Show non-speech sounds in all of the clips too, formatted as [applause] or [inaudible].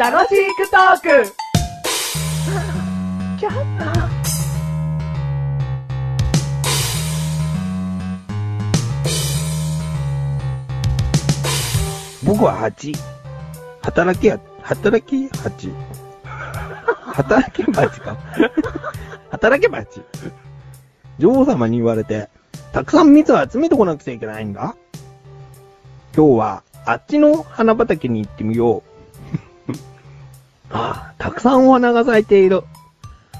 楽しくトーク僕は8。働きや、働き8。働き8か。働け8。女王様に言われて、たくさん蜜を集めてこなくちゃいけないんだ。今日は、あっちの花畑に行ってみよう。 [laughs] ああ、たくさんお花が咲いている。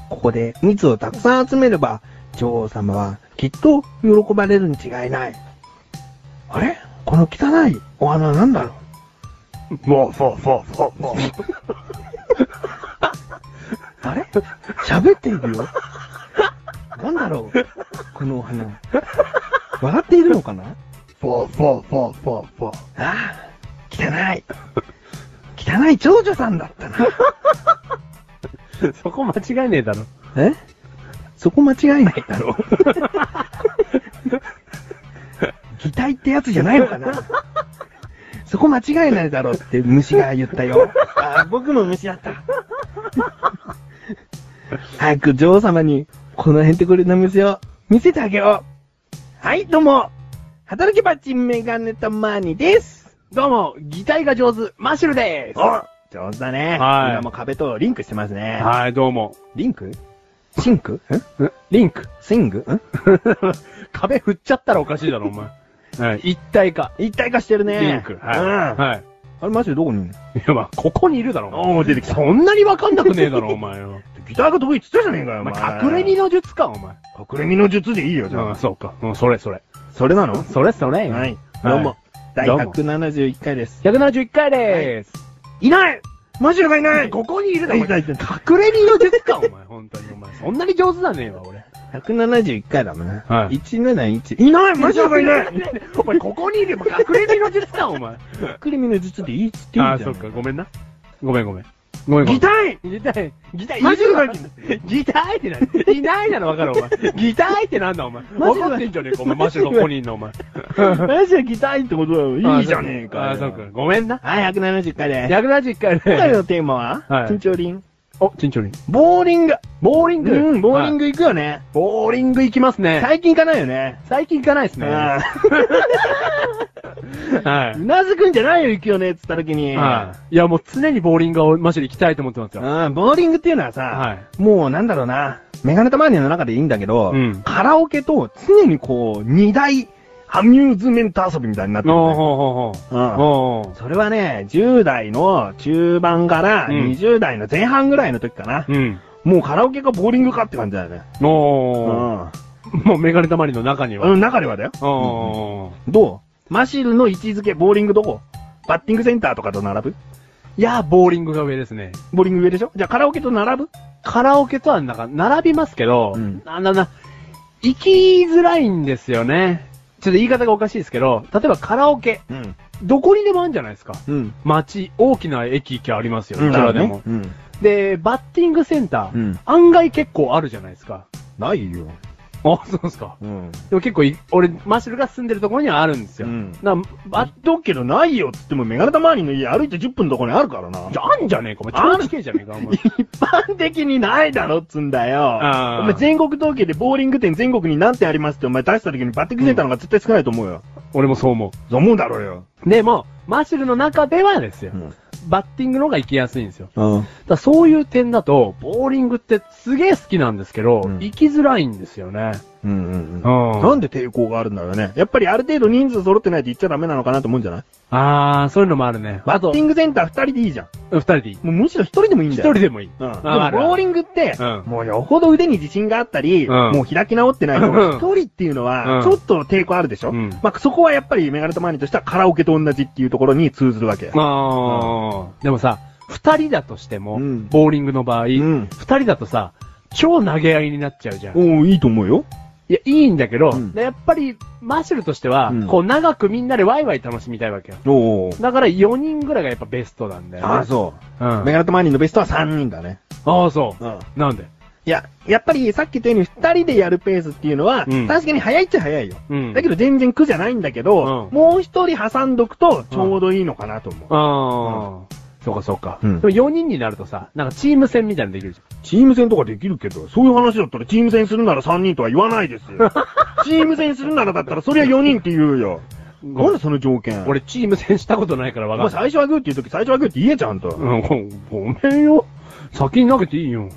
ここで蜜をたくさん集めれば、女王様はきっと喜ばれるに違いない。あれこの汚いお花なんだろうもう、そう、そう、そう、もう。 [laughs] あれ喋っているよなんだろうこのお花。笑っているのかなそうそうそうそうそう。ああ、汚い。汚い長女さんだったな。そこ間違いねえだろ。えそこ間違いないだ [laughs] ろう。擬態ってやつじゃないのかなそこ間違いないだろうって虫が言ったよ。あ僕も虫だ [laughs] った。早く女王様に、このへんてこりの虫を見せてあげよう。はい、どうも。働けばちメガネたまーにです。どうも、擬態が上手、マッシュルで上手だね。はい今も壁とリンクしてますね。はい、どうも。リンクシンクんリンク。スイング [laughs] ん壁振っちゃったらおかしいだろ、お前。 [laughs] はい、一体化。一体化してるね。リンク。はい。うん。はい。あれマジでどこにいるのいや、まあ、ここにいるだろ、お前おー、出てきた。そんなにわかんなくねえだろ、お前 [laughs] よ。ギターが得意っつったじゃねえかよ、おお前、前。隠れ身の術か、お前。隠れ身の術でいいよ、じうゃん、あ。そうか。うん、それそれ。それなのそれそれ。はいい。どうも。第どうも171回です。 171回でーす。いないマジでがいないここにいるだろ、お前。い隠れ身の術か、お前。本当に、お前。そんなに上手だねえわ、俺。 171回だもんね。はい171。いないマジでがいないお前、ここにいるよ。隠れ身の術か、 [laughs] お前。隠れ身の術でいいっつっていいじゃん。あー、そっか、ごめんな。ごめんごめん。ごめんごめギん。ターギター、ギター、マジで書いてギターって何いないなの分かるお [laughs] 前。ギターってなんだお前。マジ分でかってんじゃねえかお前。マジでここにいんのお前。 [laughs] マジでギターってことだよ。いいじゃねえかよ。あー、そうか。ごめんな。はい、170回です。 171回今回で。のテーマは、はい緊張リン。お、チンチョリン。ボーリング。ボーリング。うん、ボーリング。グ行くよね。ボーリング行きますね。最近行かないよね。最近行かないですね。 [laughs] はうん。うなずくんじゃないよ、行くよね、っつった時に。い。はい。いや、もう常にボーリングはマジで行きたいと思ってますよ。うん、ボーリングっていうのはさ、はい。もうなんだろうな、メガネタマーニアの中でいいんだけど、うんカラオケと常にこう、二大アミューズメント遊びみたいになってる、おーね。ほーほーうんほー。おー。それはね、10代の中盤からうん20代の前半ぐらいの時かな。うん。もうカラオケかボーリングかって感じだよね。うおー。ん。もうメガネたまりの中には。うん、中ではだよ。おー。どうマシルの位置づけ、ボーリングどこバッティングセンターとかと並ぶいや、ボーリングが上ですね。ボーリング上でしょじゃあカラオケと並ぶカラオケとはなんか並びますけど、うんあのな、行きづらいんですよね。ちょっと言い方がおかしいですけど、例えばカラオケ、うん。どこにでもあるんじゃないですか。うん。街、大きな駅行きゃありますよ、ういん。くらでも、うん。で、バッティングセンター、うん案外結構あるじゃないですか。ないよ。あ、そうですか。うん。でも結構い、俺、マシュルが住んでるところにはあるんですよ。うんなあバっとくけどないよっつってもメガネタ周りの家歩いて10分のとこにあるからな。じゃあんじゃねえか、お前。長期系じゃねえか、お前。一般的にないだろっつんだよ。あーお前全国統計でボーリング店全国に何店ありますってお前出した時にバッティングセンターの方が絶対少ないと思うよ。俺もそう思そう思うだろうよ。う。でも、マシュルの中ではですよ、ん。バッティングの方が行きやすいんですよ。うん。だからそういう点だと、ボーリングってすげえ好きなんですけど、うん行きづらいんですよね。うんうんんなんで抵抗があるんだろうね。やっぱりある程度人数揃ってないと言っちゃダメなのかなと思うんじゃないあー、そういうのもあるね。バあッとテ、ィングセンター二人でいいじゃん。二人でいい。もうむしろ一人でもいいん一だよ。人でもいい。うん。でもボあるーリングって、うんもうよほど腕に自信があったり、うんもう開き直ってないと、うん一人っていうのうんは、ちょっと抵抗あるでしょ、うんまあ、そこはやっぱりメガネとマニとしてはカラオケと同じっていうところに通ずるわけ。あー。でもさ、二人だとしても、うんボーリングの場合、二、ん人だとさ、超投げ合いになっちゃうじゃん。いおおいいと思うよ。や、いいんだけど、うんでやっぱり、マッシュルとしては、うんこう、長くみんなでワイワイ楽しみたいわけよ。おおだから、4人ぐらいがやっぱベストなんだよね。。ああ、そううん。う。メガネとマニのベストは3人だね。ああ、そう。うん。なんでいや、やっぱりさっき言ったように二人でやるペースっていうのは、うん確かに早いっちゃ早いよ。うんだけど全然苦じゃないんだけど、うんもう一人挟んどくとちょうどいいのかなと思う。ああ、そうかそうか。うんでも4人になるとさ、なんかチーム戦みたいなのできるじチーム戦とかできるけど、そういう話だったらチーム戦するなら3人とは言わないです [laughs] よ。チーム戦するならだったらそりゃ4人って言うよ。ゃん。なんでその条件ごめん、俺チーム戦したことないからおわ前かんない。最初はグーって言うとき最初はグーって言えちゃんと。うん、ごごめんよ。先に投げていいよ。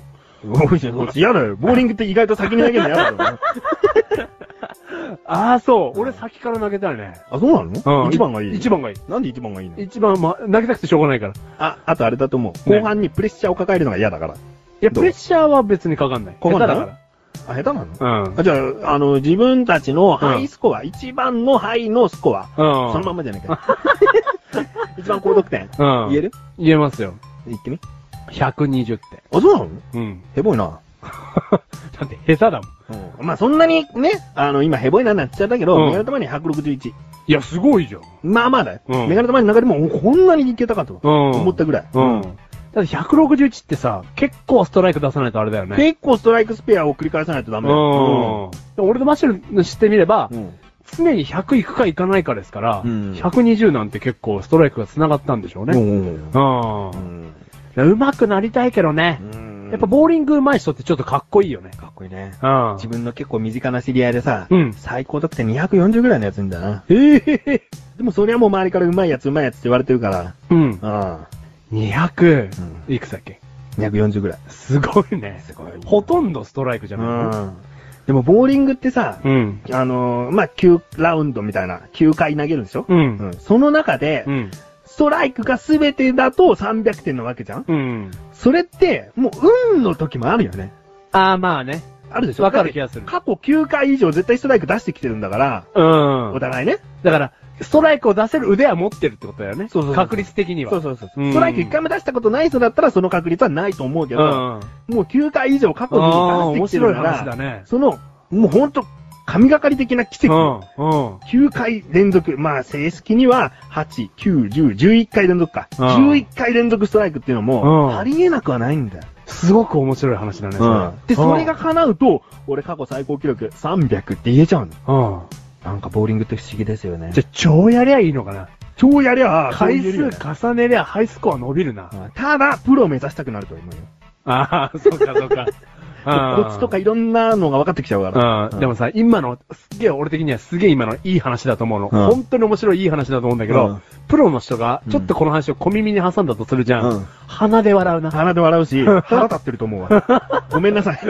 おいじゃ [laughs] そっち嫌だよ。ボーリングって意外と先に投げるの嫌だ [laughs] よ。ああ、そう。俺先から投げたいね。あ、そうなの一番がいい。一番がいい。なんで一番がいいの一番、ま、投げたくてしょうがないから。いあ、あとあれだと思う。ね後半にプレッシャーを抱えるのが嫌だから。どや、うプレッシャーは別にかかんない。かかんない下手だあ、下手なのから。うん。あ、じゃあ、あの、自分たちのハイスコア、一番のハイのスコア。うん。そのまんまじゃないか。 [laughs] 一番高得点。まうん。言える言えますよ。言ってみ。 120点。あ、そうなのうん。 [laughs] ヘボいな。だって下手だもん。まあそんなにね、あの、今ヘボいななんて言っちゃったけど、うメんガネ玉に161。いや、すごいじゃん。まあまあだよ。うんメガネ玉に中でもこんなにいけたかとうん。思ったぐらい。うん。だって161ってさ、結構ストライク出さないとあれだよね。結構ストライクスペアを繰り返さないとダうメだよ。ん。俺のマッシュルしてみれば、うん常に100いくかいかないかですから、うん120なんて結構ストライクが繋がったんでしょううね。んうん。うんうまくなりたいけどね。やっぱボーリング上手い人ってちょっとかっこいいよね。かっこいいね。うん。自分の結構身近な知り合いでさ、うん最高得点240ぐらいのやついんだな。ええでもそりゃもう周りからうまいやつうまいやつって言われてるから、うん。あ200う、んいくつだっけ240ぐらい。すごいね。すごいほとんどストライクじゃないでもボーリングってさ、うん。あのーまあ、9ラウンドみたいな、9回投げるでしょ、う。うんんその中でう、ん。ストライクが全てだと300点なわけじゃんうん。それって、もう運の時もあるよね。ああ、まあね。あるでしょわかる気がするだって過去9回以上絶対ストライク出してきてるんだから、うんお。互いね。だから、ストライクを出せる腕は持ってるってことだよね。そうそうそう確率的には。そうそうそう。うんストライク1回も出したことない人だったらその確率はないと思うけうん。ど、あもう9回以上過去にあ、出面してきて白るいか話だら、ね。その、もうほんと、神がかり的な奇う跡。ん。うん。 9回連続、まあ正式には8、9、10、11回連続か。うん11回連続ストライクっていうのも、うんありえなくはないんだよ。すごく面白い話だね、で、それが、叶うと、俺過去最高記録300って言えちゃうの。うん。なんかボーリングって不思議ですよねじゃあ、超やりゃいいのかな。超やりゃ、回そういうよ数りはね重ねりゃハイスコア伸びるな。うんただ、プロを目指したくなると思うよ。ああ、そうかそ [laughs] うか。うんコツとかいろんなのが分かってきちゃうから。うんでもさ、今の、すげえ俺的にはすげえ今のいい話だと思うの。うん本当に面白いいい話だと思うんだけど、うんプロの人がちょっとこの話を小耳に挟んだとするじゃん。うん鼻で笑うな。鼻で笑うし、腹立ってると思うわ。ごめんな [laughs] さい。 [laughs]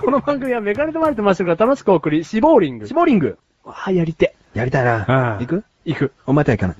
この番組はメガネとマルとマッシュルが楽しくお送り、シボーリングシ。ボリング。ああ、やりて。やりたいな。う行んく行く。お前とは行かない。